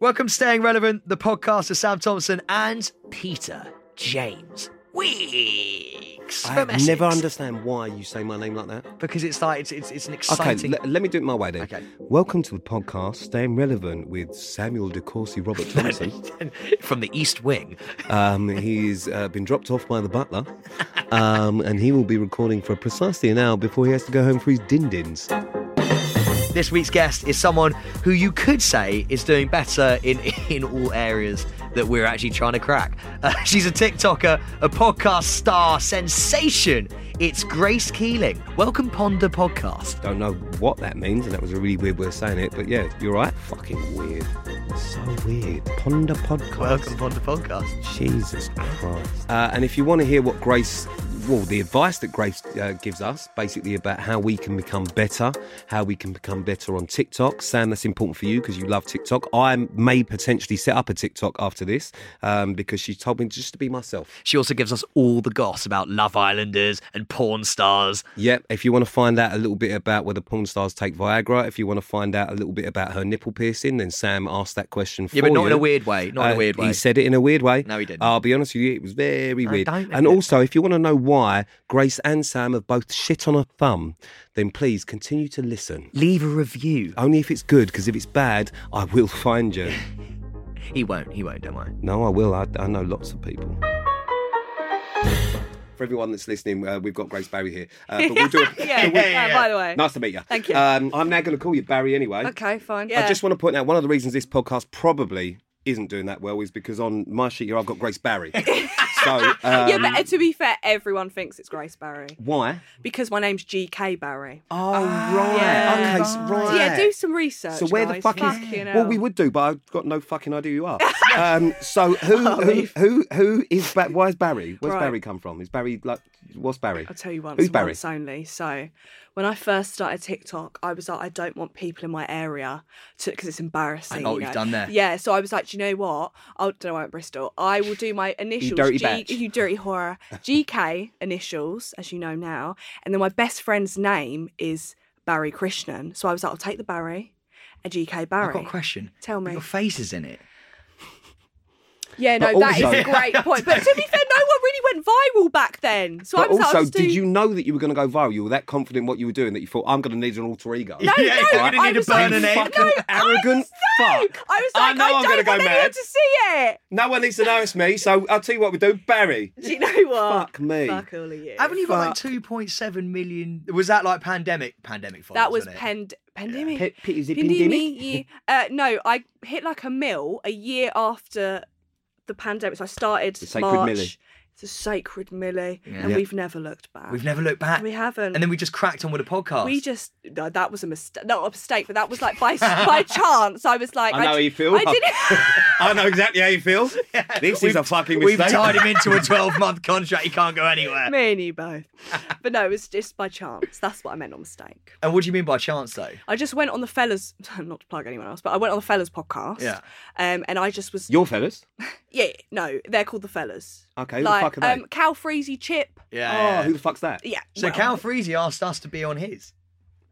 Welcome to Staying Relevant, the podcast of Sam Thompson and Peter James Weeks. I from have never Essex. understand why you say my name like that. Because it's like, it's, it's, it's an Okay, exciting. le- let me do it my way then. Okay. Welcome to the podcast Staying Relevant with Samuel De Courcy Robert Thompson. from the East Wing. um, he's uh, been dropped off by the butler, um, and he will be recording for precisely an hour before he has to go home for his din dins. This week's guest is someone who you could say is doing better in, in all areas that we're actually trying to crack. Uh, she's a TikToker, a podcast star, sensation. It's Grace Keeling. Welcome, Ponder Podcast. Don't know what that means, and that was a really weird way of saying it, but yeah, you're right. Fucking weird. So weird. Ponder podcast. Welcome, Ponder Podcast. Jesus Christ. Uh, and if you want to hear what Grace, well, the advice that Grace uh, gives us basically about how we can become better, how we can become better on TikTok. Sam, that's important for you because you love TikTok. I may potentially set up a TikTok after this um, because she told me just to be myself. She also gives us all the goss about Love Islanders and porn stars. Yep. If you want to find out a little bit about whether porn stars take Viagra, if you want to find out a little bit about her nipple piercing, then Sam asked that question for Yeah, but not in a you. weird way. Not in Uh, a weird way. He said it in a weird way. No, he didn't. I'll be honest with you, it was very weird. don't and admit. also, if you want to know why Grace and Sam have both shit on a thumb, then please continue to listen. Leave a review. Only if it's good, because if it's bad, I will find you. He won't. He won't. Don't worry. no, I will. I, I know lots of people. For everyone that's listening, uh, we've got Grace Barry here. Uh, but we'll do a, Yeah, we'll- yeah, by the way. Nice to meet you. Thank you. Um, I'm now going to call you Barry anyway. Okay, fine. Yeah. I just want to point out one of the reasons this podcast probably isn't doing that well is because on my sheet here I've got Grace Barry. so um, yeah, but to be fair, everyone thinks it's Grace Barry why? because my name's GK Barry. Oh right. Ah, yeah. Oh, Okay, so- right. So yeah, do some research. So where the guys. fuck is? Fucking Well, hell. we would do, but I've got no fucking idea who you are. um, so who, who who who is ba- why is Barry? Where's Right. Barry come from? Is Barry like what's Barry? I'll tell you once, Who's and Barry? once only. So, when I first started TikTok, I was like, I don't want people in my area to because it's embarrassing. I know what you you've done there. Yeah, so I was like, do you know what? I'll do I at Bristol. I will do my initials. dirty G- batch. You dirty horror. GK initials, as you know now, and then my best friend's name is Barry Krishnan. So I was like, I'll take the Barry, a GK Barry. I've got a question. Tell me. Your face is in it. Yeah, But no, that is also- a great point. But to be fair, no one really went viral back then. So But I was like, also, I'll just do- did you know that you were going to go viral? You were that confident in what you were doing that you thought I'm going to need an alter ego. No, Yeah, no, you're gonna I need to was burn like, an egg. Fucking no, I arrogant was- fuck. I was I like, know I, I'm gonna don't go want anyone mad. to see it. No one needs to know it's me, so I'll tell you what we do. Barry. Do you know what? Oh, Fuck me. Fuck all of you. Haven't you got like 2.7 million? Was that like pandemic? Pandemic followers. that was wasn't it? pend- pandemic. Pit, pit, is it pandemic? Pandemic. ye- Uh, no, I hit like a mill a year after the pandemic. So I started The sacred March. milli. It's a sacred milli, Yeah. and Yeah. we've never looked back. We've never looked back. We haven't. And then we just cracked on with a podcast. We just no, that was a mistake. Not a mistake, but that was like by by chance. I was like, I know how d- you feel. I didn't. I know exactly how you feel. This is We've- a fucking We've mistake. tied him into a 12 month contract. He can't go anywhere. Me and you both. But no, it was just by chance. That's what I meant on mistake. And what do you mean by chance, though? I just went on the fellas, not to plug anyone else, but I went on the fellas podcast. Yeah. Um, and I just was, Your fellas. yeah, no, they're called the fellas. Okay, who like, the fuck are they? Um, Cal Freezy Chip. oh, who the fuck's that? Yeah. so well, Cal Freezy asked us to be on his.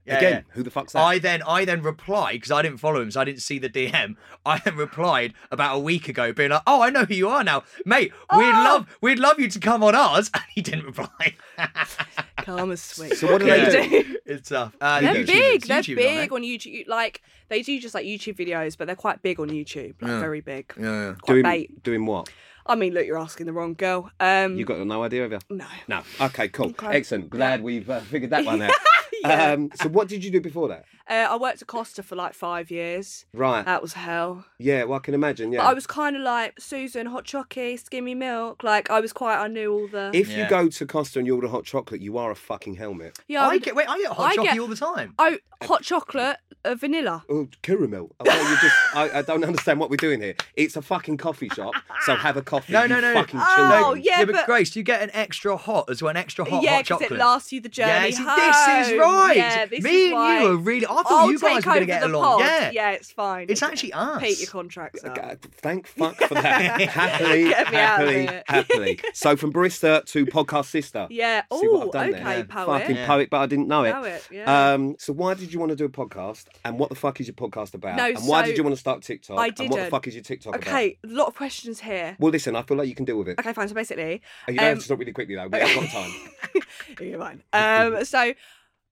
Yeah, Again, yeah. who the fuck's that? I then I then replied because I didn't follow him, so I didn't see the DM. I then replied about a week ago, being like, "Oh, I know who you are now, mate. We'd Oh! love we'd love you to come on ours." And he didn't reply. Karma's sweet. So what do they They do? it's tough. Uh, They're YouTubers- big. They're YouTubers, aren't big on YouTube. Like they do just like YouTube videos, but they're quite big on YouTube. Like, Yeah. Very big. they? Yeah, yeah. Quite doing, bait. doing what? I mean, look, you're asking the wrong girl. Um, You got no idea, have you? no. No. Okay, cool. Okay. Excellent. Glad we've uh, figured that one out. um, so what did you do before that? Uh, I worked at Costa for like five years. Right. That was hell. yeah, well, I can imagine, yeah. But Oh. I was kind of like Susan, hot chockey, skimmy milk. Like I was quite. I knew all the. if Yeah. you go to Costa and you order hot chocolate, you are a fucking helmet. yeah, I, I would- get wait, I get hot I chocolate get- all the time. oh, hot chocolate, uh, vanilla. Oh, caramel. Oh, well, you just, I, I don't understand what we're doing here. It's a fucking coffee shop, so have a coffee. No, you no, no. Fucking Oh, children. yeah, but, but- Grace, you get an extra hot as well, an extra hot yeah, hot because chocolate. it lasts you the Yeah, journey. see, this is home. right. Yeah, this Me is and why. you are really. I I thought I'll you guys take were going to over get the along. Pod. Yeah. it's fine. It's actually us. Pete, your contract's up. Uh, Thank fuck for that. happily, Get me out of happily, it. happily. So from barista to podcast sister. Yeah. See what Oh, I've done there? okay, Yeah. poet. Fucking Yeah. poet, but I didn't know it. Poet, yeah. Um, so why did you want to do a podcast? And what the fuck is your podcast about? No, and why so- did you want to start TikTok? I And what the didn't. fuck is your TikTok about? okay, a lot of questions here. Well, listen, I feel like you can deal with it. Okay, fine. So basically, And you don't um, have to talk really quickly though. We've got time. You're fine. Um, so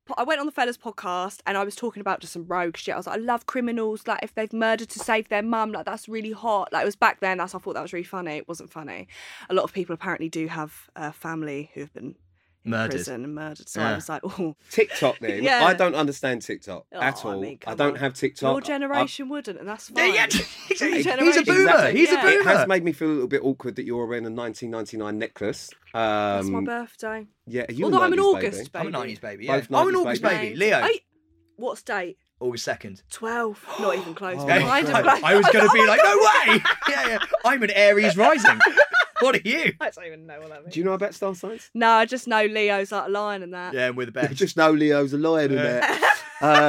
po- I went on the fellas podcast and I was talking about just some rogue shit. I was like, I love criminals. Like if they've murdered to save their mum, like that's really hot. Like it was back then. That's I thought that was really funny. It wasn't funny. A lot of people apparently do have uh, family who've been in Murdered. prison and murdered. So Yeah. I was like, oh, TikTok then. Yeah. I don't understand TikTok at Oh, I all. I, mean, come don't on. have TikTok. your I- generation wouldn't, and that's Yeah, fine. yeah, exactly. He's a Generation. boomer. Exactly. He's a Yeah. boomer. It has made me feel a little bit awkward that you're wearing a 1999 necklace. That's my Um, birthday. yeah, are you Although a I'm an 90s baby? August baby. I'm a 90s baby. Yeah. Both I'm an 90s August baby. baby. Leo, Hey, what's date? August 2nd. 12. Not even close. Oh, Blind my and God. blank. I was going to like, be like, no way. yeah, yeah. I'm an Aries rising. what are you? I don't even know what that means. Do you know about star signs? No, I just know Leo's like lion and that. Yeah, and we're the best. Just know Leo's a lion in Yeah. there.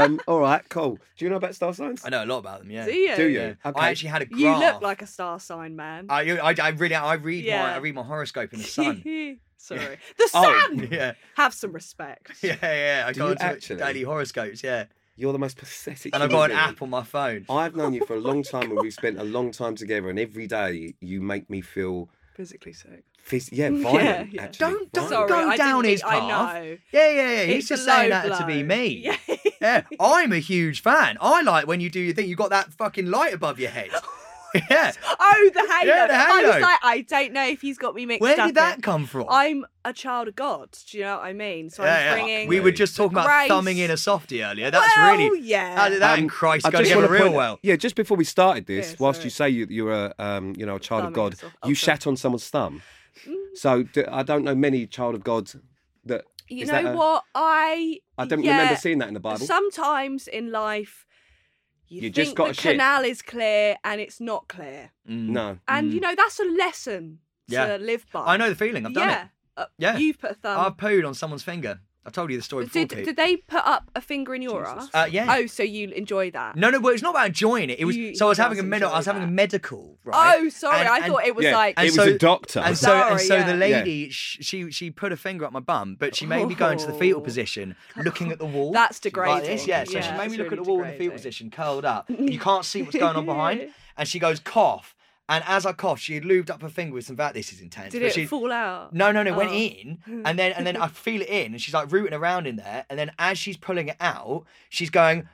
um, all right, cool. Do you know about star signs? I know a lot about them. Yeah. Do you? Do you? Yeah. Okay. I actually had a graph. You look like a star sign, man. I, I, I really, I read my, Yeah. I read my horoscope in the sun. Sorry. The Oh. sun! yeah, Have some respect. yeah, yeah. I Do go you onto actually? daily horoscopes. Yeah, You're the most pathetic. and I've human got an being. app on my phone. I've known you for a long time, and we've spent a long time together. And every day, you make me feel, Physically sick. phys- yeah, Yeah, violent. yeah. Actually, Don't, don't Sorry, violent. I go didn't down mean- his I path. know. Yeah, yeah, yeah. He's It's just a low saying that to blow. be me. Yeah. Yeah, I'm a huge fan. I like when you do your thing. You got that fucking light above your head. yeah. Oh, the halo. Yeah, the I halo. was like, I don't know if he's got me mixed Where up. did that in- come from? I'm a child of God. Do you know what I mean? So Yeah, yeah. I'm bringing. We were just talking about Grace. thumbing in a softie earlier. That's well, really that, Yeah. that Um, and Christ I going just to wanna real point- well. Yeah, just before we started this, Yeah, whilst sorry. you say you, you're a, um, you know, a child of Blimey, God, it's awful. you Oh, sorry. shat on someone's thumb. Mm, So d I don't know many child of God that You Is know that a- what? I. I don't yeah, remember seeing that in the Bible. Sometimes in life, you, You think just gotta the shit. canal is clear and it's not clear, Mm. No, and you know that's a lesson Yeah. to live by. I know the feeling. I've done yeah. it. Uh, Yeah. You've put a I've thumb. pooed on someone's finger. I've told you the story before. did, Pete. did they put up a finger in your ass? uh, yeah. Oh, so you enjoy that? No, no, but it's not about enjoying it. It was You- so I was you having a just medical. I was enjoy having a that. medical. Right? Oh, sorry. And- I and- thought it was yeah, like. it was so- a doctor. And so, and Sorry, so the yeah. Yeah. lady, sh- she she put a finger up my bum, but she made me go into the fetal Oh. position, looking at the wall. That's She was Like this, degrading. yeah. So she Yeah, made me it's look at really the wall in the fetal degrading. position, curled up. You can't see what's going on behind. And she goes cough, and as I cough, she had lubed up her finger with some VAT. This is intense. Did but it she- fall out? No, no, no. it Went Oh. in, and then and then I feel it in, and she's like rooting around in there, and then as she's pulling it out, she's going,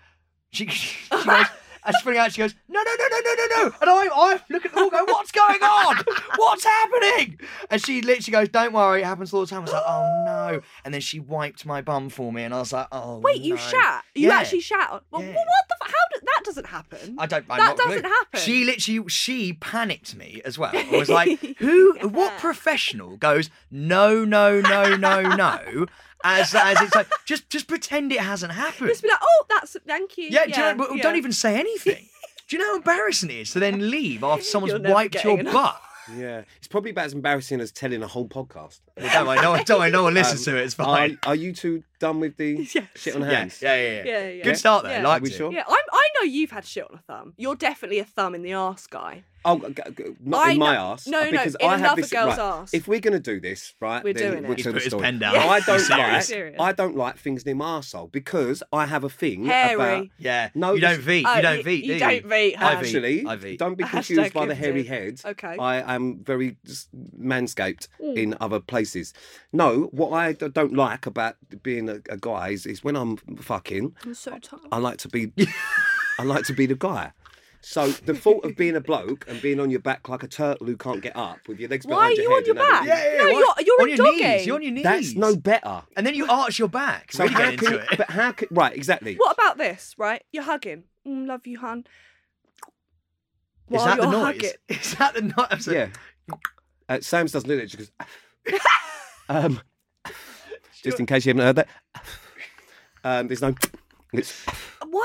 she, she goes. As she's pulling it out, she goes, no, no, no, no, no, no, no. And I, I look at the wall going, what's going on? What's happening? And she literally goes, don't worry, it happens all the time. I was like, oh no. And then she wiped my bum for me, and I was like, oh Wait, you no." shat? You Yeah. actually shat? on- Well, Yeah. what the? F- how did that doesn't happen? I don't. I'm not That clue. doesn't happen. She literally, she panicked me as well. I was like, "Who? What Yeah. professional goes? No, no, no, no, no." As as it's like, just just pretend it hasn't happened. Just be like, oh, that's thank you. yeah, do you know, but don't yeah. even say anything. Do you know how embarrassing it is to then leave after someone's You're never wiped your getting butt? yeah, it's probably about as embarrassing as telling a whole podcast. Well, don't worry, no one, don't worry, no one listens Um, to it. It's Are, fine. are you two done with the Yes. shit on Yeah, hands? yeah, yeah, yeah, Yeah, yeah. Good start Yeah. there. Are Like we sure? Yeah, I'm, I know you've had shit on a thumb. You're definitely a thumb in the arse guy. Oh, g- g- not I in my know- ass. no, no, because in I have another this, girl's right, arse. If we're gonna do this, right? We're then doing we'll it. He's tell put the his story. pen down. I Are you don't like. serious? Serious. I don't like things near my arsehole because I have a thing Hairy. about. Yeah. No, you don't it's- veet. Oh, you don't you- veet. you do don't veet, huh? I veet. Actually, I veet. don't be Hashtag confused by the hairy confused. head. Okay. Hmm. I am very s- manscaped in other places. No, what I d- don't like about being a, a guy is, is when I'm fucking, I'm so tired. I like to be, I like to be the guy. So the thought of being a bloke and being on your back like a turtle who can't get up with your legs Why are behind your you on head. your and back? everything, Yeah, yeah, No, yeah. you're- you're on in your knees. jogging. You're on your knees. That's no better. And then you arch your back. So really how get can, into it. but how can, right, exactly. What about this? Right, you're hugging. Mm, love you, hun. Is While that the you're noise? hugging. Is that the noise? Yeah. Uh, Sam's doesn't do that. She goes, um, just in case you haven't heard that. um, there's no. It's, Why are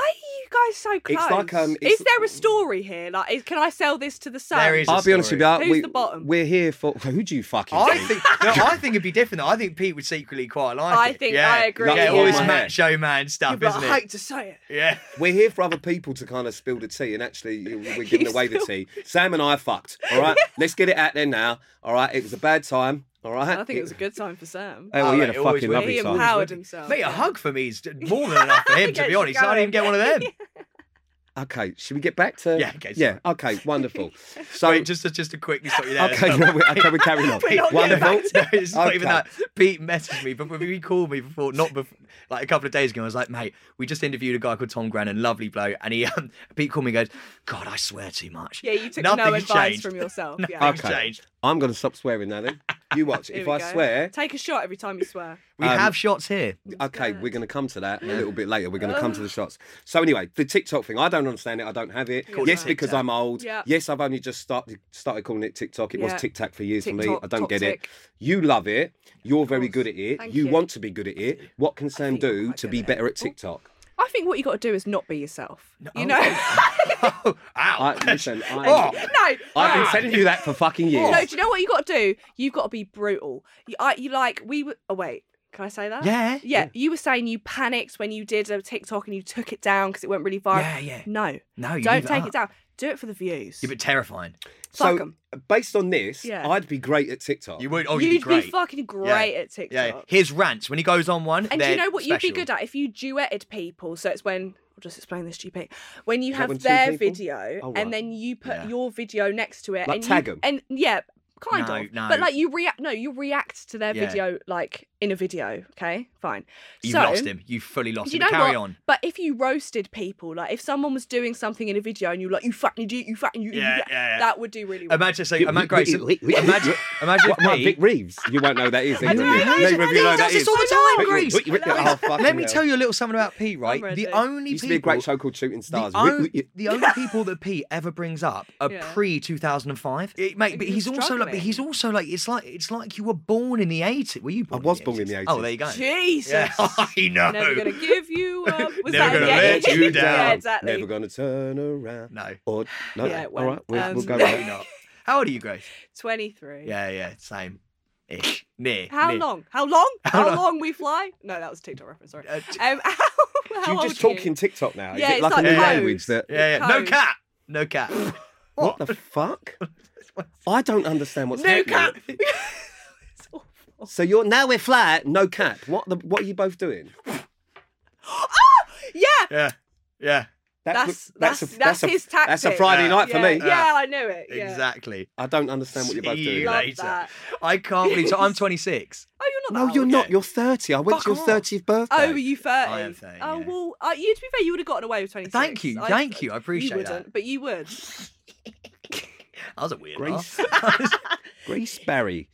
you guys so close? like, um, is it's- there a story here? Like, is, can I sell this to the sun? There is. I'll be honest with you. Who's we, the bottom? We're here for who do you fucking I think? think no, I think it'd be different. though. I think Pete would secretly quite like I it. think yeah. I agree. Yeah, all Yeah. this Yeah. macho man Yeah, stuff, but isn't I it? hate to say it. Yeah. We're here for other people to kind of spill the tea, and actually, we're giving away the tea. Sam and I are fucked. All right, let's get it out there now. All right, it was a bad time. All right, Uh, I think it was a good time for Sam. Hey, well, Oh, you mate, had a it always fucking will. lovely he time. empowered himself. Mate, a hug for me is more than enough for him, to Gets be you honest. I didn't going. even get one of them. Okay, should we get back to? Yeah, okay, yeah. Okay, wonderful. So, Wait, just to, just to quickly stop you there. okay, no, we, okay, we're carrying on. We're not getting wonderful. No, it's not even Okay. that. Pete messaged me, but when he called me before, not before, like a couple of days ago. I was like, mate, we just interviewed a guy called Tom Grennan, lovely bloke, and he, um, Pete called me, and goes, God, I swear too much. Yeah, you took no Nothing's advice changed. from yourself. Yeah. Nothing's Okay. changed. I'm going to stop swearing now. Then you watch. Here if we I go. swear, take a shot every time you swear. We Um, have shots here. okay, we're going to come to that a little bit later. We're going to come to the shots. So anyway, the TikTok thing, I don't understand it. I don't have it. Cool, Yes, right. because TikTok. I'm old. Yeah. Yes, I've only just started started calling it TikTok. It Yeah. was Tic Tac for years for me. TikTok, I don't Tok get Tik. it. You love it. You're very good at it. Thank You, you. want to be good at it. What can Sam think I'm do quite to good be at it. Oh. better at TikTok? I think what you got to do is not be yourself. oh. You know? oh, ow. I, listen, I, Oh, no. I've been no. telling you that for fucking years. No, do you know what you got to do? You've got to be brutal. You, I, you like we were. Oh wait, can I say that? Yeah. Yeah. You were saying you panicked when you did a TikTok and you took it down because it went really viral. Yeah, yeah. No, No, you don't leave take up. it down. Do it for the views. You're a bit terrifying. so, fuck 'em. based on this, Yeah. I'd be great at TikTok. You would. Oh, you'd, You'd be great. fucking great at TikTok. yeah, yeah. His rants when he goes on one. And do you know what you'd be good at? good at if you duetted people? So it's when I'll just explain this to you, Pete. When you that have when two their people- video Oh, right. and then you put Yeah. your video next to it, Like and tag you, 'em? and yeah, kind No, of. no. But like you react, no, you react to their Yeah. video like in a video. Okay, fine. You've so, lost him. You've fully lost Do you him. know But Carry what? on. But if you roasted people, like if someone was doing something in a video and you were like, you fucking do, you fucking, you, Yeah, you, yeah, yeah. that would do really well. Imagine, so, imagine, Grace, imagine, imagine What, what, me- Vic Reeves? You won't know who that is. I don't know. Neither of you know who He that does is. this all the time, Wait, Grace. wait, wait, wait. Hello. Oh, fucking Let me hell. tell you a little something about Pete, right? The ready. only Used people to be a great show called Shooting Stars. The, We- on- we- you- the only people that Pete ever brings up are Yeah. pre two thousand and five. Mate, but You're he's also like, but he's also like, it's like, it's like you were born in the eighties. Were you? Born was born in the Oh, there you go. Jesus. Yeah, I know. Never gonna give you up. Never Was that gonna yeah, let yeah, you Yeah, down. exactly. Never gonna turn around. No, Or no. Yeah, it all right, went. we'll, we'll Um, go. probably Right. not. How old are you, Grace? 23. Yeah, yeah, same. Ish. Near. How near. long? How long? How How, long? long? we fly? No, that was a TikTok reference. Sorry. Uh, t- Um, how, how you old just are you? talking TikTok now. Yeah, Is it it's like a like new codes. language that? Yeah, yeah. No Codes. cat. No cat. What the fuck? I don't understand what's No cap. happening. So you're now we're flat, no cap. What the? What are you both doing? Yeah. yeah, yeah. That's what- that's a- that's, a- his tactic. That's a Friday Yeah. night for yeah, me. Yeah, I knew it. Yeah. Exactly. I don't understand what you're both See you doing. Love later. that. I can't believe. So I'm 26. Oh, you're not. No, that you're old. not. You're 30. I went Fuck to your off. 30th birthday. Oh, were you 30? I am 30, Oh, yeah. well, uh, you, to be fair, you would have gotten away with 26. Thank you, thank you, I appreciate you wouldn't, But you would. That was a weird laugh. Grace, Grace Barry.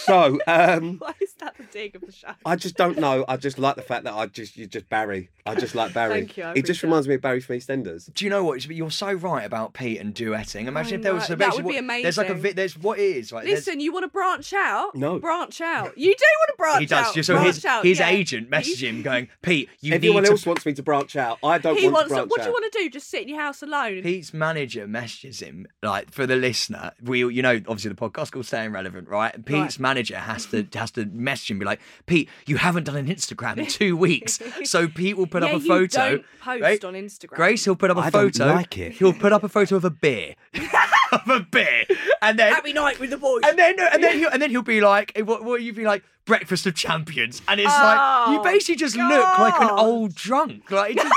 So, um, Why is that the dig of the show? I just don't know. I just like the fact that I just you just Barry. I just like Barry. Thank you, I it just appreciate reminds me of Barry from EastEnders. Do you know what? You're so right about Pete and duetting. Imagine I if there was know, a that would what- be There's like a amazing. vi- there's what it is right. there's- Listen, you want to branch out? No. Branch out. You do want to branch out. he does. So branch his out, his yeah. agent messaged him going, Pete, you Everyone need else to. wants me to branch out. I don't He want to wants to. branch What do out. you want to do? Just sit in your house alone? Pete's manager messages him like for the listener. We, you know, obviously the podcast called "Staying Relevant," right? And Pete's Right. manager has to has to message him be like, "Pete, you haven't done an Instagram in two weeks, so Pete will put yeah, up a you photo. Don't post right? on Instagram. Grace, he'll put up a I don't photo. like it. He'll put up a photo of a beer, of a beer, and then Happy night with the boys. and then no, and then he'll, and then he'll be like, eh, what? What you be like? Breakfast of champions, and it's like you Oh, basically just look like an God. old drunk. Like it's, just-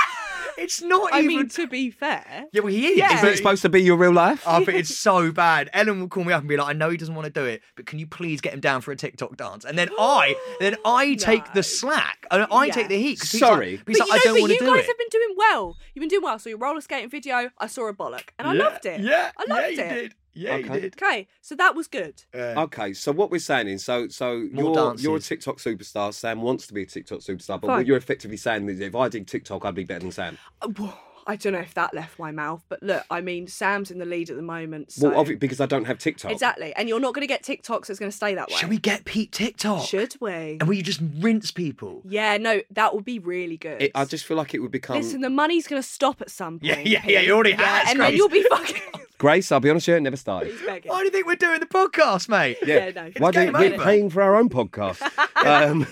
it's not I even. mean, to be fair, yeah, well, he is. Yeah. Is it supposed to be your real life? Oh, but it's so bad. Ellen will call me up and be like, "I know he doesn't want to do it, but can you please get him down for a TikTok dance?" And then I, then I take No. the slack. I, I Yeah. take the heat. 'cause he's Sorry. like, he's but like, I you know, don't but want you to do guys it. have been doing well. You've been doing well. So your roller skating video, I saw a bollock, and I Yeah, loved it. Yeah, I loved yeah, it. You did. Yeah, Okay. you did. Okay, so that was good. Uh, Okay, so what we're saying is, so so More you're you're a dances. TikTok superstar. Sam wants to be a TikTok superstar, but Fine. what you're effectively saying is, if I did TikTok, I'd be better than Sam. Uh, whoa, I don't know if that left my mouth, but look, I mean, Sam's in the lead at the moment. So. Well, obvi- because I don't have TikTok. Exactly. And you're not going to get TikToks that's going to stay that way. Should we get Pete TikTok? Should we? And will you just rinse people? Yeah, no, that would be really good. It, I just feel like it would become. Listen, the money's going to stop at some Um, Yeah, point. yeah, yeah, you already Yeah, has, and then Grace. you'll be fucking. Oh, Grace, I'll be honest with you, it never started. He's begging. Why do you think we're doing the podcast, mate? Yeah, no. Why It's don't game we're over. paying for our own podcast? um,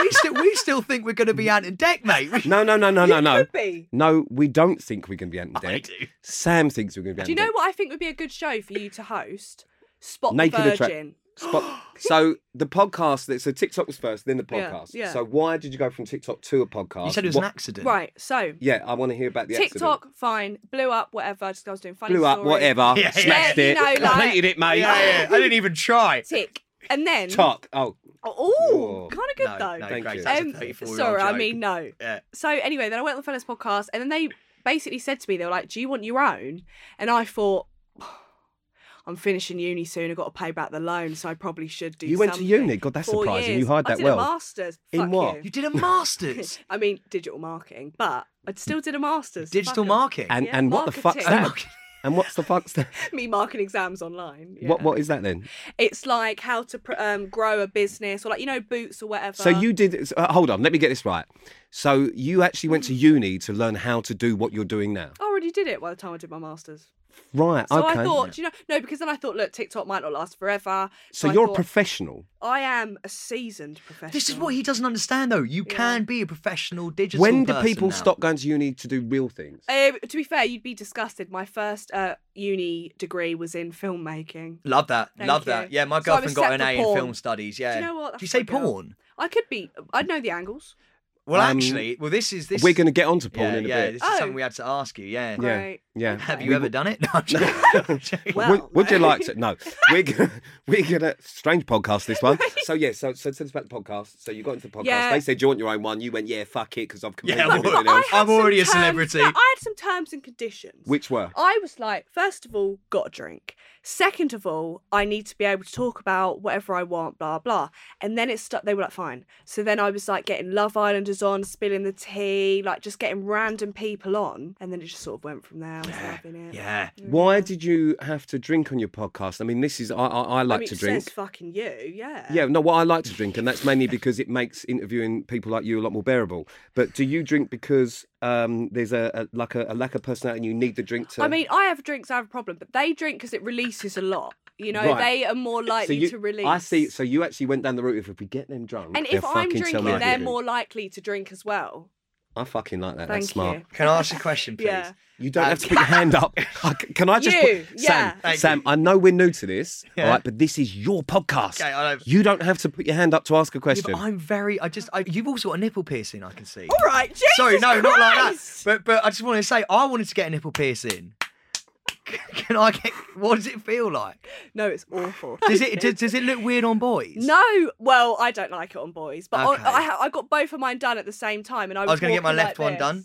we, still, we still think we're going to be out in deck, mate. We- no, no, no, no, no, no. Could be. No, we don't think we're going to be Ant and I Deck. do. Sam thinks we're going to be Ant Do you and know what I think would be a good show for you to host? Spot Naked the attract- Virgin. Spot- so the podcast, that- so TikTok was first, then the Yeah, podcast. yeah. So why did you go from TikTok to a podcast? You said it was What- an accident. Right, so Yeah, I want to hear about the TikTok, fine, blew up, whatever. Just 'cause I was doing funny. Accident. Blew up, story. whatever. Yeah, yeah. Smashed Yeah, you it. know, like- completed it, mate. Yeah, yeah, yeah. I didn't even try. Tick, and then Top. Oh, Oh, Whoa. kind of good no, though. no, Thank Grace, you. that's a Um, 34-year-old sorry, I joke. mean no. Yeah. So anyway, then I went on the fellas podcast, and then they basically said to me, they were like, "Do you want your own?" And I thought, "I'm finishing uni soon. I've got to pay back the loan, so I probably should do." You went to something." uni? God, that's Four surprising. years. You hired I that did well. A masters In Fuck what? You did a master's. I mean, digital marketing, but I still did a masters. Digital Fuck 'em. marketing. And Yeah, and what the fuck's marketing. that? and what's the fuck's that? Me marking exams online. Yeah. What what is that then? It's like how to pr- um, grow a business, or like you know, boots or whatever. So you did. Uh, hold on, let me get this right. So you actually went to uni to learn how to do what you're doing now. I already did it by the time I did my masters. Right. So okay. I thought, do you know, no, because then I thought, look, TikTok might not last forever. So I you're a thought, professional. I am a seasoned professional. This is what he doesn't understand, though. You can be a professional digital. When do person people now. stop going to uni to do real things? Uh, to be fair, you'd be disgusted. My first uh, uni degree was in filmmaking. Love that. Thank Love you. that. Yeah, my So I'm a girlfriend got an set A for in porn. film studies. Yeah. Do you know what? Do you That's say my girl. porn? I could be. I'd know the angles. Well, Um, actually, well, this is this. We're going to get onto porn yeah, in a yeah, bit. This is Oh. something we had to ask you. Yeah. Yeah. Right. Yeah. Have Okay. you ever done it? No, I'm joking. I'm joking. Well- would, would you no. like to? No, we're gonna, we're gonna strange podcast this one. So yeah, so so tell us about the podcast. So you got into the podcast. Yeah. They said do you want your own one. You went yeah, fuck it, because I've completed Yeah, I everything would. else. had I'm some already a terms- celebrity. no, I had some terms and conditions. Which were I was like, first of all, got a drink. Second of all, I need to be able to talk about whatever I want, blah blah. And then it stuck. They were like, fine. So then I was like getting Love Islanders on, spilling the tea, like just getting random people on. And then it just sort of went from there. I was loving it. yeah. why did you have to drink on your podcast? I mean, this is I I, I I like mean, to it drink. says fucking you, yeah. Yeah, no, what I like to drink, and that's mainly because it makes interviewing people like you a lot more bearable. But do you drink because um, there's a, a like a, a lack of personality, and you need the drink to? I mean, I have drinks, I have a problem, but they drink because it releases a lot. You know, Right. they are more So likely you- to release. I see. So you actually went down the route of if we get them drunk, And they'll if I'm fucking tell me drinking, what to they're do." more likely to drink as well. I fucking like that. Thank that's smart. you. Can I ask a question, please? Yeah. You don't have to put your hand up. I c- Can I just You, put yeah. Sam? Thank you. Sam, I know we're new to this, Yeah. all right, but this is your podcast. Okay, I know. You don't have to put your hand up to ask a Yeah, question. but I'm very. I just. I, you've also got a nipple piercing. I can see. All right, Jesus Sorry, no, not like that. Christ! But but I just wanted to say, I wanted to get a nipple piercing. Can I get? What does it feel like? No, it's awful. Does it does, does it look weird on boys? No, well, I don't like it on boys, but on- Okay. I, ha- I got both of mine done at the same time, and I was, was gonna get my walking like left one this. done.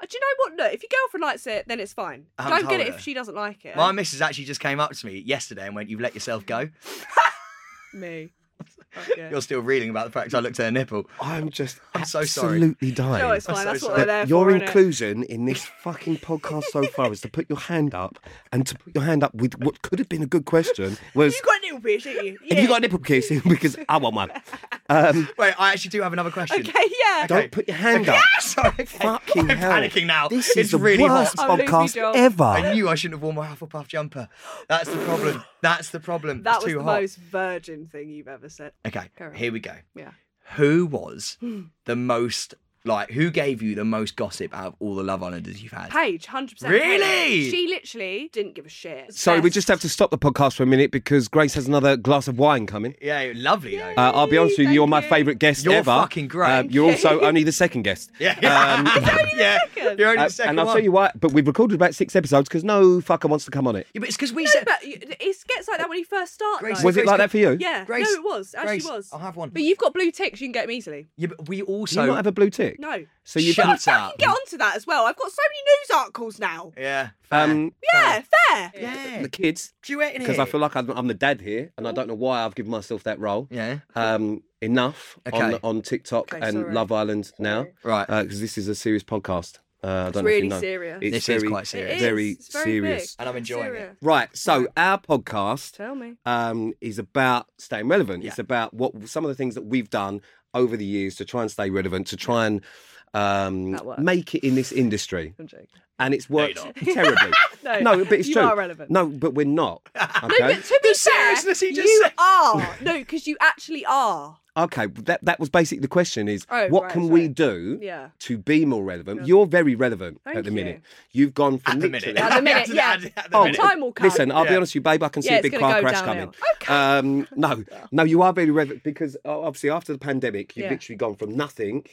Uh, do you know what? Look, if your girlfriend likes it, then it's fine. I haven't Don't get told it her. if she doesn't like it. My missus actually just came up to me yesterday and went, "You've let yourself go. Me. Okay. You're still reeling about the fact I looked at her nipple." I'm just I'm so sorry. absolutely dying. No, it's I'm fine. so That's what sorry. they're that there your for. innit? inclusion in this fucking podcast so far is to put your hand up and to put your hand up with what could have been a good question was You got a little bitch, didn't you? have Yeah. you got a nipple piercing because I want one. Um, Wait, I actually do have another question. Okay, yeah. don't put your hand up. Sorry, okay. Fucking I'm hell. panicking now. This it's is the really worst hot. I'm losing my podcast job. ever. I knew I shouldn't have worn my Hufflepuff jumper. That's the problem. That's the problem. That it's was too the hot. most virgin thing you've ever said. Okay, Carry on. here we go. Yeah. Who was the most like? Who gave you the most gossip out of all the Love Islanders you've had? Paige, 100%. Paige. Really? She literally didn't give a shit. Sorry, we Best. just have to stop the podcast for a minute because Grace has another glass of wine coming. Yeah, lovely though. Uh, I'll be honest with you, Thank you're my you. favourite guest You're ever. fucking great. Um, you're also only the second guest. yeah, Um, yeah. second. You're only uh, the second and I'll one. tell you why, but we've recorded about six episodes because no fucker wants to come on it. Yeah, but it's because we No, said. but it gets like that when you first start. Grace, though. Was it Grace, like that for you? Yeah. Grace, no, it was. Actually, Grace, was. I'll have one. But you've got blue ticks. You can get them easily. Yeah, but we Do you also. not have a blue tick? No. So you Shut can, up. Get onto that as well. I've got so many news articles now. Yeah. um, Yeah, Mm. fair. yeah. the kids, duet in here. because I feel like I'm, I'm the dad here, and I don't know why I've given myself that role. Yeah. Um, enough Okay. on on TikTok Mm. Okay, and sorry. Love Island now, Right. Because this is a serious podcast. Uh, I It's don't know really if you know. serious. Uh, It's This is very, quite serious. It is. very It's very serious. big. And I'm enjoying it. Serious. Right. So our podcast Tell me. um, is about staying relevant. Yeah. It's about what some of the things that we've done over the years to try and stay relevant, to try and um, That works. make it in this industry, I'm joking. and it's No, you're worked terribly. No, no, but it's you true. are relevant. No, but we're not. No, Okay. but to be The fair, seriousness he just you said. are. No, because you actually are. okay. but That that was basically the question: is Oh, what right, can we right. do? Yeah. To be more relevant, Yeah. you're very relevant at Thank the you. minute. You've gone from At the literally- minute. At the minute, yeah. At the- at the Oh, minute. Time will come. Listen, I'll be Yeah. honest with you, babe. I can see Yeah, a it's big gonna car go crash coming. downhill. Um, no, no, you are very relevant because uh, obviously after the pandemic, you've Yeah. literally gone from nothing.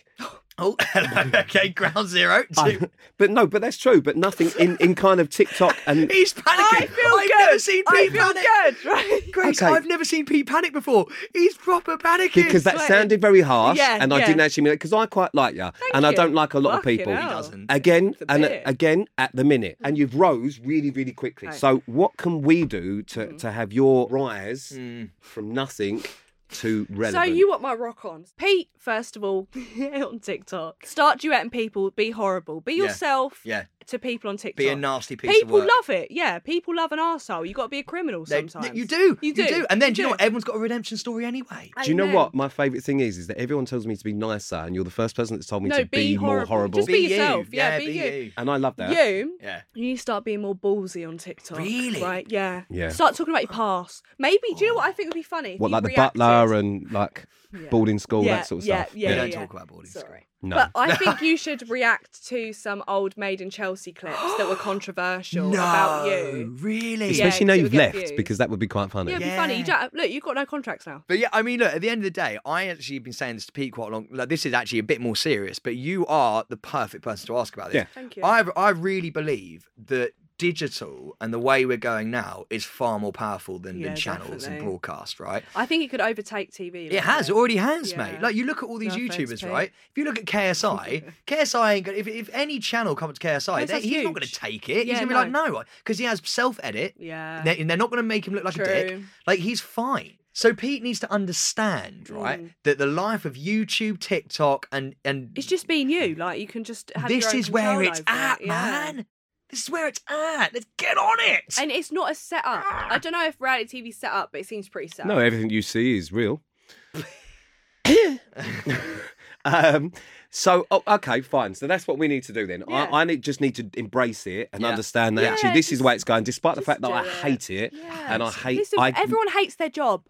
Oh, okay, ground zero. Two. but no, but that's true. But nothing in, in kind of TikTok and He's panicking. I feel have good. never seen I Pete feel panic. good, right? Grace, Okay. I've never seen Pete panic before. He's proper panicking. because that Right. sounded very harsh, Yeah, and I yeah. didn't actually mean it because I quite like you, and I you. don't like a lot Fucking of people. hell. He doesn't. Again It's a and bit. again at the minute, and you've rose really, really quickly. Right. Mm. So, what can we do to, to have your rise from nothing to relevant? So you want my rock on. Pete, first of all, on TikTok. Start duetting people, be horrible. Be Yeah. yourself Yeah. to people on TikTok. Be a nasty piece of people work. love it. Yeah, people love an arsehole. you got to be a criminal They- sometimes. You do. You do. And then, do you know You do. what? Everyone's got a redemption story anyway. I Do you know what my favourite thing is? Is that everyone tells me to be nicer, and you're the first person that's told me No, to be be, more horrible. horrible. Just be yourself. You. Yeah, be you. and I love that. You, Yeah. you need to start being more ballsy on TikTok. Really? Right? Yeah. Yeah. Start talking about your past. Maybe. Do you know what I think would be funny? If What, you like the reacted- butler and like Yeah. boarding school, Yeah, that sort of yeah, stuff. yeah, We yeah. don't talk about boarding school. Sorry. No. But I think you should react to some old Made in Chelsea clips that were controversial No. about you. Really? Yeah. Especially now 'cause it you've would left get views. because that would be quite funny. Yeah, it'd be funny. You don't, look, you've got no contracts now. But yeah, I mean, look, at the end of the day, I actually been saying this to Pete quite a long. Like, this is actually a bit more serious, but you are the perfect person to ask about this. Yeah. Thank you. I I really believe that digital and the way we're going now is far more powerful than, Yeah, than channels and definitely. broadcast, right? I think it could overtake TV. It like has, it this. already has, mate. Yeah. Like you look at all these No offense, YouTubers, Pete. right? If you look at KSI, KSI ain't gonna. If, if any channel comes to KSI, KSI 's they, he's not huge. gonna take it. he's Yeah, gonna be like, no, because he has self edit. Yeah. They're, they're not gonna make him look like a dick. True. Like he's fine. So Pete needs to understand, right, that the life of YouTube, TikTok, and and Mm. It's just being you. Like you can just have. your this own is where control it's over it, at, yeah. man. This is where it's at. Let's get on it. And it's not a setup. I don't know if reality TV's set up, but it seems pretty set. No, up. everything you see is real. um, so, oh, okay, fine. So that's what we need to do then. Yeah. I, I need, just need to embrace it and Yeah. understand that Yeah, actually this is the way it's going, despite the just fact that do I it. hate it Yeah. and I hate. Listen, I, everyone hates their job.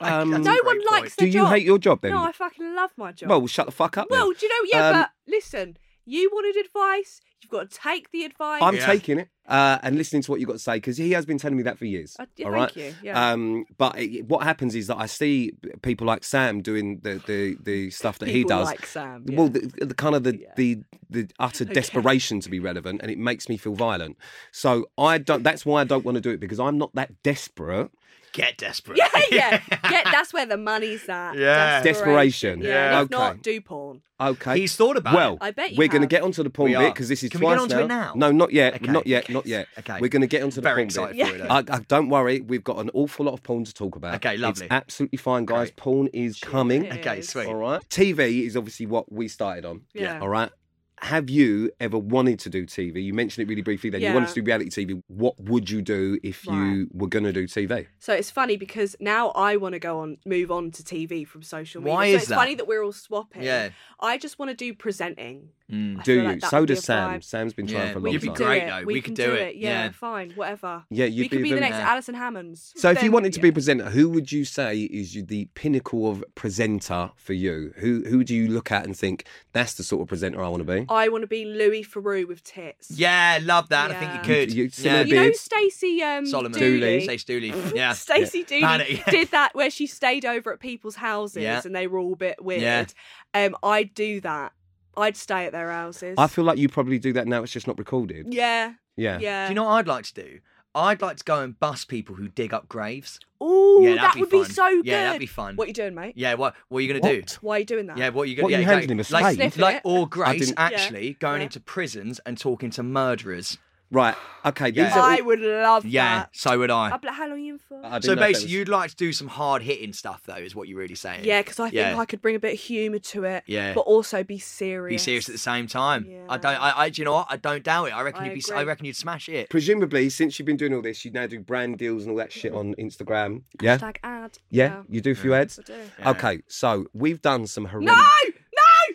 um, That's a No great one point. likes do their you job. hate your job then? No, I fucking love my job. well, shut the fuck up. then. Well, do you know? Yeah, Um, but listen, you wanted advice. You've got to take the advice. I'm Yeah. taking it uh, and listening to what you've got to say because he has been telling me that for years. Uh, yeah, all right. thank you, yeah. Um, but it, what happens is that I see people like Sam doing the the, the stuff that Uh, he People does. like Sam, Well, yeah. the, the kind of the, Yeah. the the utter desperation to be relevant, and it makes me feel violent. So I don't. That's why I don't want to do it because I'm not that desperate. Get desperate. Yeah, yeah, yeah. That's where the money's at. Yeah. Desperation. Yeah. Yeah. and If Okay. not, do porn. Okay. He's thought about well, it. I bet you we're going to have. get onto the porn We bit are. because this is Can we get twice onto now. it now? No, not yet. Okay, Not yet. okay, Not yet. okay. We're going to get onto the Very porn excited bit. for it. though. I, I, don't worry, we've got an awful lot of porn to talk about. Okay, lovely. It's absolutely fine, guys. Great. Porn is coming. Cheers. okay, sweet. All right. TV is obviously what we started on. Yeah. All right. Have you ever wanted to do TV? You mentioned it really briefly then. You Yeah. wanted to do reality TV. What would you do if you were going to do TV? So it's funny because now I want to go on, move on to TV from social media. Why so is it's that? funny that we're all swapping. Yeah. Mm. I just want to do presenting. I do feel you? like that so would be does a Sam. vibe. Sam's been Yeah, trying for we a long We You'd be could time. do great, it. though. We, We can could do do it. it, Yeah, yeah. fine, whatever. Yeah, you'd we could be be, a the very- next Alison Hammonds. So, if you Then- wanted to yeah. be a presenter, who would you say is you, the pinnacle of presenter for you? Who who do you look at and think that's the sort of presenter I want to be? I want to be Louis Theroux with tits. Yeah, love that. I think Yeah. you could. You- you- yeah. similar You know Beards. Stacey um, Solomon. Dooley. Stacey Dooley. Yeah. Stacey Dooley Panic. did that where she stayed over at people's houses Yeah. and they were all a bit weird. Yeah. Um, I'd do that. I'd stay at their houses. I feel like you probably do that now. It's just not recorded. yeah, Yeah. yeah. Do you know what I'd like to do? I'd like to go and bust people who dig up graves. Oh, Yeah, that'd that be would be fun. so good. Yeah, that'd be fun. What you doing, mate? Yeah, what what are you gonna What? do? Why are you doing that? Yeah, what are you gonna What, yeah, you handing exactly. him a like, slave? like Sniff it. or Grace didn't- actually going Yeah. into prisons and talking to murderers. Right. Okay. These Yeah. are I would love Yeah, that. so would I. I'd be like, how long are you in for? all- I didn't So know if that basically, was- you'd like to do some hard hitting stuff, though, is what you're really saying. yeah, because I think Yeah. I could bring a bit of humour to it, Yeah. but also be Be serious. serious at the same time. I Yeah. don't. I, I. Do you know what? I don't doubt it. I reckon I you'd be. s- I agree. reckon you'd smash it. presumably since you've been doing all this, you now do brand deals and all that shit on Instagram. Yeah. Hashtag ad. Yeah. You do a few ads. I do. Yeah. Okay. So we've done some horrendous. No! No!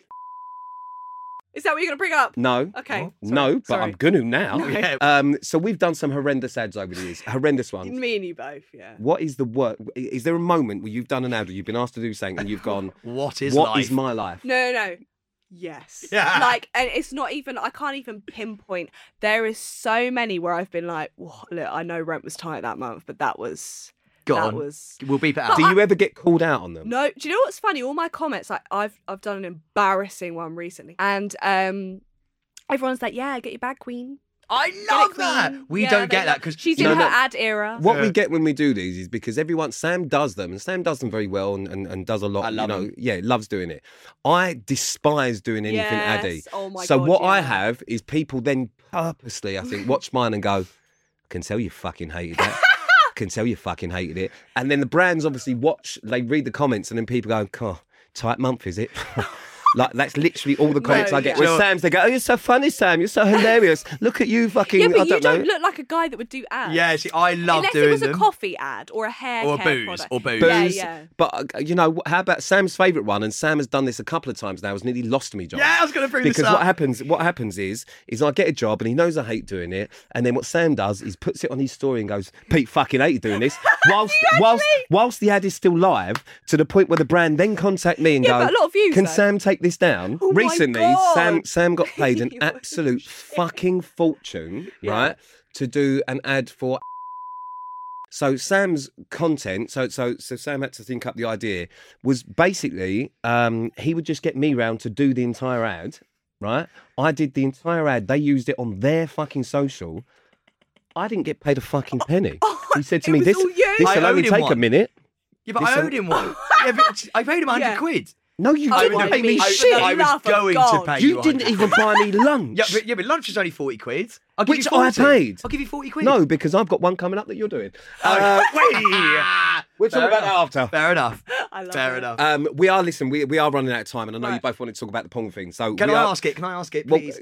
Is that what you're going to bring Mm. up? No. Okay. No, but Sorry. I'm going to now. No. Yeah. Um, so we've done some horrendous ads over the years, horrendous ones. Me and you both, yeah. What is the work? Is there a moment where you've done an ad or you've been asked to do something and you've gone, What "What is is life? my life? No, no, no. Yes. Yeah. Like, and it's not even, I can't even pinpoint. There is so many where I've been like, "Whoa, look, I know rent was tight that month, but that was, Go that on. was. We'll beep it out. Do you ever get called out on them? No, do you know what's funny? All my comments, like I've I've done an embarrassing one recently, and um, everyone's like, "Yeah, get your bag, queen." I Get it, love that. queen. We Yeah, don't they get that love- because she's No, in no. her ad era. What we Yeah. get when we do these is because everyone Sam does them and Sam does them very well and, and, and does a lot. I love you know, 'em. yeah, loves doing it. I despise doing anything yes. addy. Oh my so God, what I yeah. have is people then purposely, I think, watch mine and go, I can tell you fucking hated that. I can tell you fucking hated it. And then the brands obviously watch, they read the comments and then people go, "Cough, tight month, is it? Like that's literally all the comments I get. yeah. With Sam's, they go, "Oh, you're so funny, Sam. You're so hilarious. Look at you, fucking. Yeah, but I you don't don't know. look like a guy that would do ads. yeah, see, I love Unless doing it was a them. coffee ad or a hair Or a care booze, product. or booze. Yeah, booze. yeah. But uh, you know, how about Sam's favourite one? And Sam has done this a couple of times now. Has nearly lost me, John. yeah, I was going to bring Because this up. what happens, what happens is, is I get a job and he knows I hate doing it, and then what Sam does is puts it on his story and goes, "Pete fucking hated doing this," whilst whilst whilst the ad is still live, to the point where the brand then contact me and Yeah, go, but a lot of views, "Can though." Sam take this down?" Oh my Recently, God. Sam Sam got paid an You are absolute fucking fortune, right, to do an ad for so Sam's content, so so so Sam had to think up the idea, was basically um, he would just get me round to do the entire ad, right? I did the entire ad. They used it on their fucking social. I didn't get paid a fucking penny. he said to Oh, me, it was "This all you." this I will only owed him take a one. minute." yeah, but I Listen- owed him one. yeah, but I paid him 100 Yeah. quid. No, you Oh didn't my pay me God. shit. I Love was of going to God. pay you. you didn't 100. even buy me lunch. Yeah, but, yeah, but lunch is only 40 quid. I'll give Which you I 40. paid. I'll give you 40 quid. no, because I've got one coming up that you're doing. Oh. Uh, we'll talk Fair about that enough. after. Fair enough. I love Fair it. enough. Um, we are listen. We, we are running out of time, and I know you Right. both want to talk about the pong thing. So Can we I are- ask it? Can I ask it, Well, please?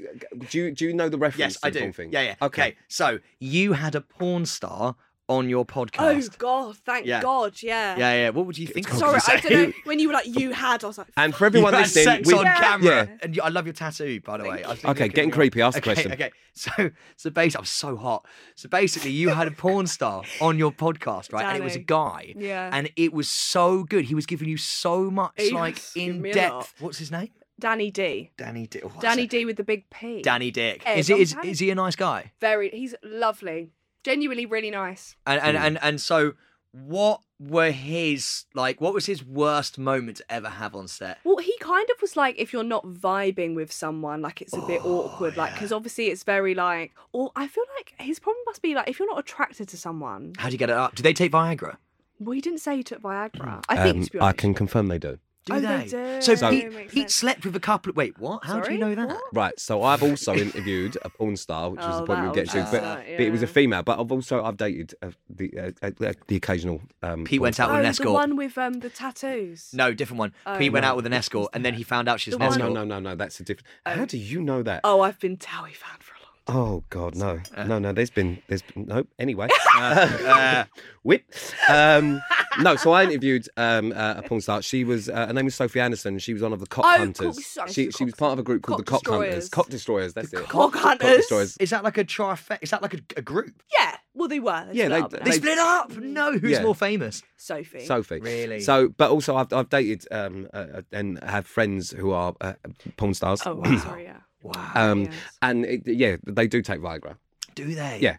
do you do you know the reference? yes, to the I do. Pong thing? Yeah, yeah. Okay. Okay, so you had a porn star on your Oh podcast. God, thank Yeah. God, yeah. Yeah, yeah. What would you think? I was Sorry, gonna I say? don't know. When you were like, you had, I was like, And for everyone you had listening, sex we- on Yeah. camera. Yeah. And you, I love your tattoo, by the way. I think Okay, you're getting gonna- creepy. Ask the okay, question. Okay, so so basically, I'm so hot. So basically, you had a porn star on your podcast, right? And it was a guy. Yeah. And it was so good. He was giving you so much, He like was giving in me a depth. What's his name? Danny D. Danny Dick. What's Danny it? D with the big P. Danny Dick. Ed Is he on is, Danny. is he a nice guy? Very, he's lovely. Genuinely really nice. And and, and and so what were his like what was his worst moment to ever have on set? Well, he kind of was like, if you're not vibing with someone, like it's a bit Oh, awkward, like because obviously it's very like. Or I feel like his problem must be like if you're not attracted to someone. How do you get it up? Do they take Viagra? Well, he didn't say he took Viagra. I think Um, to be I honest, can confirm they do. Do Oh, they? they do. So So- Pete, Makes Pete sense. slept with a couple of wait, what? How do you know Sorry? that? What? Right. So I've also interviewed a porn star, which was Oh, the point we were that getting to, was but, that, but it was a yeah. female. But I've also I've dated uh, the uh, uh, the occasional. Um, Pete porn went star. out with oh, an the escort. one with um the tattoos. No, different one. Oh. Pete went out with an escort and then he found out she's The an one- Oh, escort. no, no, no, no. That's a different. How do you know that? Oh, I've been Towie fan for a long. time. Oh God, no, Uh. no, no. There's been, there's been, nope. Anyway, uh, whip. Um, no, so I interviewed um, uh, a porn star. She was uh, her name was Sophie Anderson. She was one of the cock Oh, cool. hunters. Sorry, she the she was cock- part of a group called cock the Cock Hunters, destroyers. Cock Destroyers. That's it. Cock hunters. Destroyers. Is that like a trifecta? Is that like a, a group? Yeah, well they were. They Yeah, they- split up now. They They- split up. Mm. No, who's Yeah. more famous? Sophie. Sophie. Really? So, but also I've I've dated um, uh, uh, and have friends who are uh, porn stars. oh, wow, sorry, yeah. Wow. Um, yes. and it, yeah, they do take Viagra. Do they? Yeah.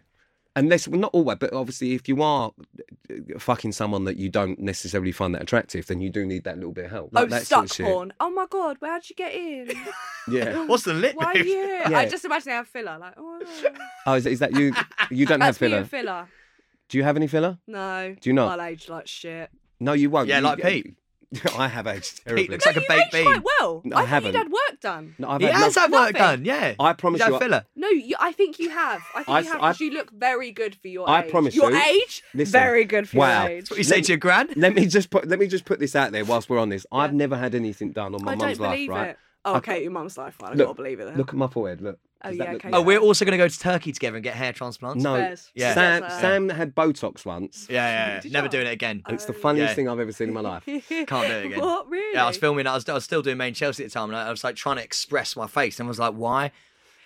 Unless, well, not always, but obviously, if you are uh, fucking someone that you don't necessarily find that attractive, then you do need that little bit of help. Oh, Like that stuck sort of shit. porn. Oh my god, where'd you get in? Yeah. What's the lip? Why are you babe? here? Yeah. I just imagine they have filler. Like, oh, Oh, is, is that you? You don't have that's me filler. with filler. do you have any filler? No. Do you not? I'll age like shit. No, you won't. Yeah, You- like Pete. I have aged terribly. Pete looks like a You baked aged bean. quite well. No, I I, thought haven't. you'd had work done. No, I've He had has lots- had work done, Nothing. yeah. I promise He's had you, I- filler. No, you, I think you have. I think I- you have I- because you look very good for your I age. promise your you- age, Listen, very good for wow. your age. What you say to your gran? Let me just put let me just put this out there whilst we're on this. I've never had anything done on my I mum's don't life, believe right? it. Oh, I- okay, your mum's life. Well, I Look- gotta believe it. Then. Look at my forehead. Look. Oh, Does yeah, that okay. Oh, Oh, look- we're also going to go to Turkey together and get hair transplants. No, Bears. Yeah. Sam, Bears. Sam had Botox once. Yeah, yeah, yeah. Did Never you? doing it again. It's the funniest Yeah. thing I've ever seen in my life. Can't do it again. What really? Yeah, I was filming. I was, I was still doing main Chelsea at the time, and I, I was like trying to express my face, and I was like, "Why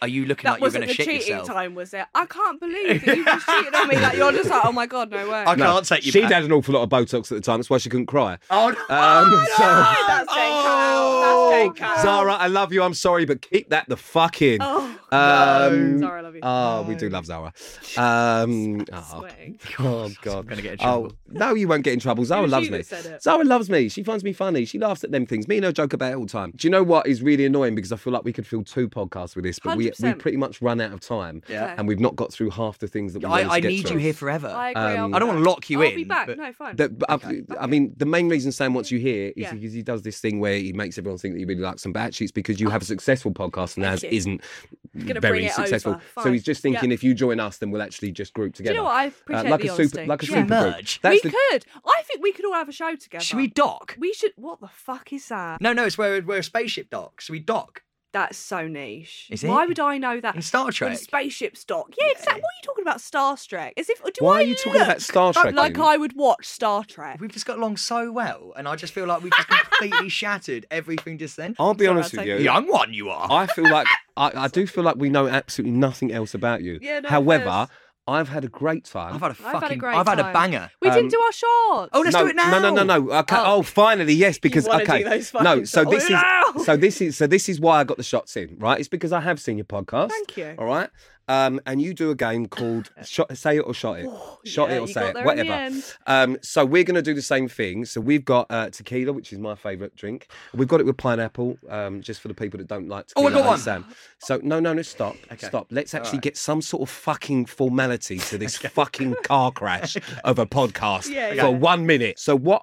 are you looking that like you're wasn't going to the shit cheating yourself?" time, was it? I can't believe that you just cheated on me. Like you're just like, oh my god, no way. I No, can't take you She'd back. had an awful lot of Botox at the time. That's why she couldn't cry. Oh, no. Um, so, that's Jane Oh, Cowell. That's Jane Cowell. Zara, I love you. I'm sorry, but keep that the fuck in. Oh, Um, Zara, I love you. Oh, we do love Zara. Um, oh, Sweating. oh, God. I'm gonna get in Oh, no, you won't get in trouble. Zara Even she loves would me. have said it. Zara loves me. She finds me funny. She laughs at them things. Me and her joke about it all the time. Do you know what is really annoying? Because I feel like we could fill two podcasts with this, but we, we 100%. pretty much run out of time. Yeah. And we've not got through half the things that we wanted I, I to get need through. you here forever. I agree. um, I'll be I don't wanna back. lock you I'll in, be back. but- No, fine. The, but I, I mean, the main reason Sam wants you here is Yeah. because he does this thing where he makes everyone think that he really likes them, but actually it's because you have a successful podcast and ours Oh. you. isn't Gonna bring very it over. successful. So Fine. he's just thinking if you join us, then we'll actually just group do together. you know what? Uh, I appreciate like the a super, honesty. like a Yeah. super group. Merge. That's we the, could. I think we could all have a show together. Should we dock? We should. What the fuck is that? No, no, it's where where a spaceship docks. Should we dock? That's so niche. Is Why it? would I know that? In Star With Trek. spaceship stock. Yeah, exactly. What are you talking about? Star Trek. As if. Do why I are you talking about look Star Trek? Like then? I would watch Star Trek. We've just got along so well, and I just feel like we just completely shattered everything just then. I'll be Sorry, honest I'll with take you. it. Young one, you are. I feel like I, I do feel like we know absolutely nothing else about you. Yeah, no, However, first. I've had a great time. I've had a had a fucking. great I've had a time. banger. We Um, didn't do our shorts. Oh, let's no, do it now. No, no, no, no. Okay. Oh, finally, yes, because wanna do okay. those no, fucking so shots. this is Now. so this is so this is why I got the shots in, right? It's because I have seen your podcast. Thank you. All right. Um, and you do a game called shot, Say It or Shot It. shot yeah, It or Say you got It, there in the whatever. end. Um, so we're going to do the same thing. So we've got uh, tequila, which is my favourite drink. We've got it with pineapple, um, just for the people that don't like Oh, tequila. I got like one. Sam. So no, no, no, stop, stop. Let's actually get some sort of fucking formality to this fucking car crash of a podcast Yeah, for yeah. one minute. So what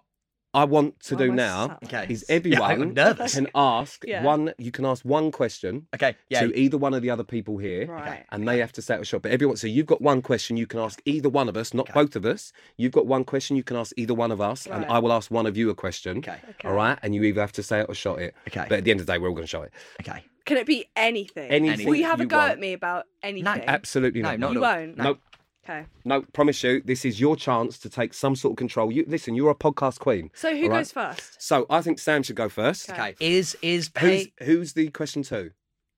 I want to Why do am I now sat Okay. is Yeah, everyone I'm nervous. can ask Yeah. one. You can ask one question Okay. Yeah. to either one of the other people here, Right. and they have to set a shot. But everyone, so you've got one question you can ask either one of us, not both of us. You've got one question you can ask either one of us, and Right. I will ask one of you a question. Okay. Okay. All right, and you either have to say it or shot it. Okay. But at the end of the day, we're all going to shot it. Okay. Can it be anything? Anything Will you have you a go want. at me about anything? Absolutely No, not. not You at all. won't. Nope. Okay. No, promise you, this is your chance to take some sort of control. You listen, you're a podcast queen. So who all right? goes first? So I think Sam should go first. Okay. Okay. Is is Who's Paige? who's the question two?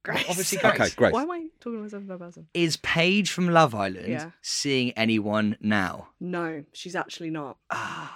Grace. Obviously, Grace. Okay, Grace. Why am I talking to myself about myself? Is Paige from Love Island Yeah. seeing anyone now? No, she's actually not.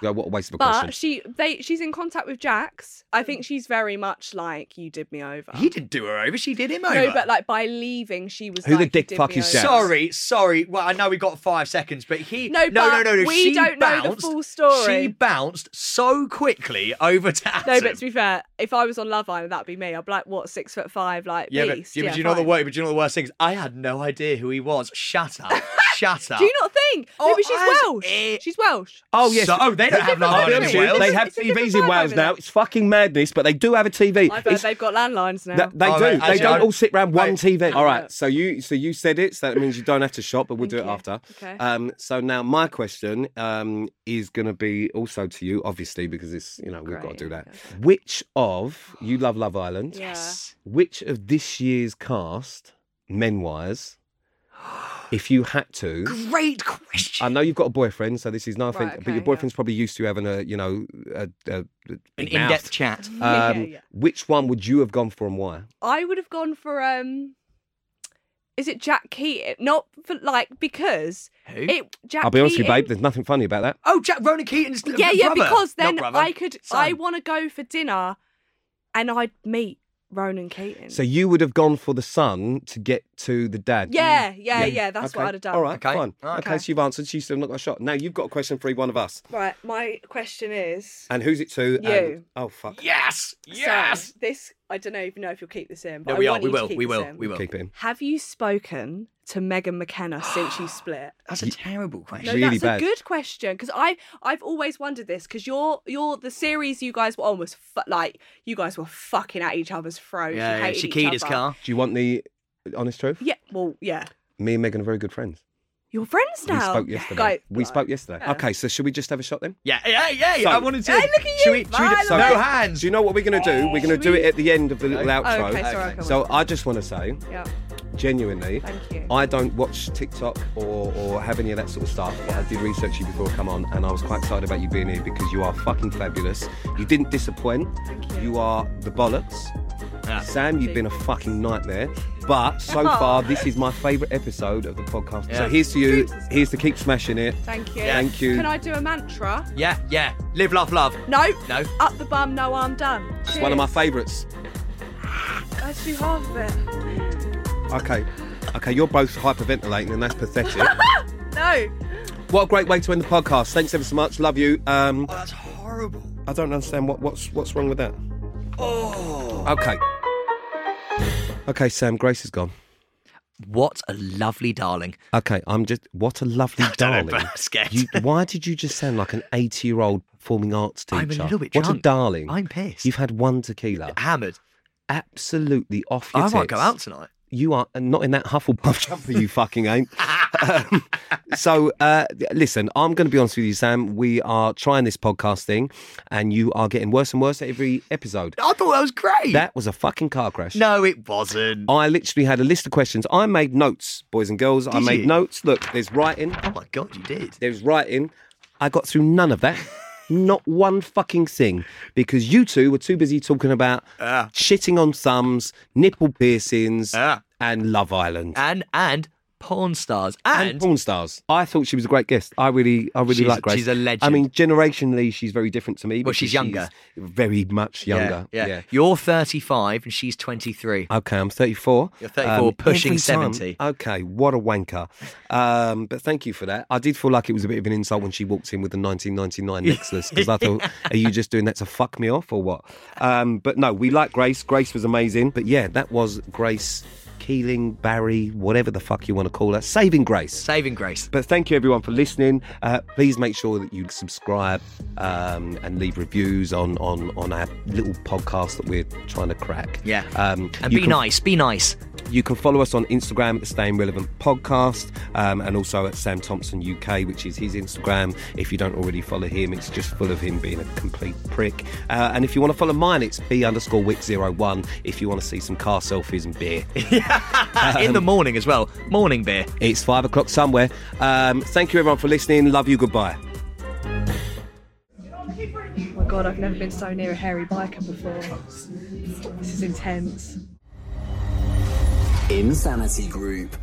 Yeah, what a waste of a question. But she they she's in contact with Jax. I think she's very much like you did me over. He didn't do her over. She did him over. no, but like by leaving, she was. Who the like, you dick did fuck me is over. Jax? Sorry, sorry. Well, I know we got five seconds, but he No, no, no, but no, no. we she don't know the bounced, full story. She bounced so quickly over to Adam. No, but to be fair, if I was on Love Island, that'd be me. I'd be like, what, six foot five, like yeah, but, beast. yeah, but Yeah, do you know the fine. worst? But do you know the worst thing is I had no idea who he was. Shut up, shut up. Do you not think? Oh, Maybe she's as Welsh. it- She's Welsh. Oh yes. So- oh, they don't have Love I'll Island be honest in with you, Wales. They have It's a different TVs in vibe Wales over there. now. It's fucking madness, but they do have a TV. I've heard It's- they've got landlines now. th- they Oh, do. right, they actually, I- don't all sit round one right. TV. All right. it. So you so you said it. So that means you don't have to shop, but we'll do it Thank you. after. Okay. Um. So now my question um is going to be also to you, obviously, because it's you know we've got to Great, do that. okay. Which of you love Love Island? Yeah. Yes. Which of this year's cast, men wise, if you had to, Great question. I know you've got a boyfriend, so this is nothing. Right, but okay, your yeah. boyfriend's probably used to having a, you know, a, a, a An big in-depth mouth. chat. Yeah, Um, yeah. Which one would you have gone for and why? I would have gone for um is it Jack Keaton? Not for like because Who? it Jack I'll be honest with you, Keaton- babe. There's nothing funny about that. oh, Jack Ronan Keaton's Yeah, yeah, brother. because Not then brother, I could I son. wanna go for dinner and I'd meet Ronan Keaton. So you would have gone for the son to get to the dad. yeah, yeah, yeah, that's Okay. what I'd have done. All right, Okay. fine. All right. Okay. Okay. so you've answered. She's still not got a shot. Now you've got a question for one of us. Right, my question is And who's it to? And- You. oh fuck. Yes. so Uh, Yes. this I don't know even know if you'll keep this in. But No, I we are. want We you to will. keep We this will. in. We will. Keep it in. Have you spoken to Megan McKenna since you split? That's a terrible question. No, Really bad. that's a good question because I I've always wondered this because you're you're the series you guys were on was fu- like you guys were fucking at each other's throats. yeah, you yeah. hated each Shakida's other. car. Do you want the honest truth? Yeah, well, yeah, Me and Megan are very good friends. you're friends now. We spoke yesterday. Guys, we like- spoke yesterday. Okay, so should we just have a shot then? Yeah, yeah, yeah. So- I wanted to. Hey, look at you, Should we, should we do- Violet. so, no So- hands. Do you know what we're going to do? We're going to Should do we- it at the end of the little Oh, outro. okay, sorry. Okay. So I just want to say, yeah, genuinely, thank you. I don't watch TikTok or, or have any of that sort of stuff, but I did research you before I come on, and I was quite excited about you being here because you are fucking fabulous. You didn't disappoint. Thank you. You are the bollocks. Yeah. Sam, you've been a fucking nightmare, but so Aw. far this is my favourite episode of the podcast. Yeah. So here's to you. Jesus. Here's to keep smashing it. Thank you. Thank you. Can I do a mantra? Yeah, yeah. Live, love, love. No. No. Up the bum, no arm done. It's one of my favourites. That's too half of it. Okay, okay, you're both hyperventilating, and that's pathetic. No. what a great way to end the podcast. Thanks ever so much. Love you. Um, Oh, that's horrible. I don't understand what, what's what's wrong with that. Oh. Okay. Okay, Sam, Grace is gone. What a lovely darling. Okay, I'm just. What a lovely don't know, darling. but I'm scared. You, why did you just sound like an 80 year old performing arts teacher? I'm a little bit What a drunk. darling. I'm pissed. You've had one tequila. hammered. Absolutely off your I might tits. go out tonight. You are not in that Hufflepuff jumper, you fucking ain't. Um, so, uh, listen, I'm going to be honest with you, Sam. We are trying this podcast thing, and you are getting worse and worse at every episode. I thought that was great. That was a fucking car crash. no, it wasn't. I literally had a list of questions. I made notes, boys and girls. I Did made you? notes. Look, there's writing, Oh my god, you did. there's writing. I got through none of that. Not one fucking thing because you two were too busy talking about Ah. shitting on thumbs, nipple piercings, Ah. and Love Island And and porn stars and, and, porn stars. I thought she was a great guest. I really, I really She's- like Grace. she's a legend. I mean, generationally, she's very different to me. Well, she's because younger. very much Yeah, younger. Yeah, You're 35 and she's 23. Okay, I'm 34. You're 34, pushing every time- 70. Okay, what a wanker. Um, but thank you for that. I did feel like it was a bit of an insult when she walked in with the 1999 Lexus because I thought, are you just doing that to fuck me off or what? Um, but no, we like Grace. Grace was amazing. But yeah, that was Grace Keeling, Barry, whatever the fuck you want to call her, saving Grace. Saving grace. But thank you everyone for listening. Uh, please make sure that you subscribe um, and leave reviews on, on on our little podcast that we're trying to crack. Yeah. Um, And you be can- nice, be nice. You can follow us on Instagram at the Staying Relevant Podcast um, and also at Sam Thompson UK, which is his Instagram. If you don't already follow him, it's just full of him being a complete prick. Uh, and if you want to follow mine, it's B underscore Wick01 if you want to see some car selfies and beer. in the morning as well. Morning beer. It's five o'clock somewhere. Um, thank you, everyone, for listening. Love you. Goodbye. Oh my god, I've never been so near a hairy biker before. This is intense. Insanity Group.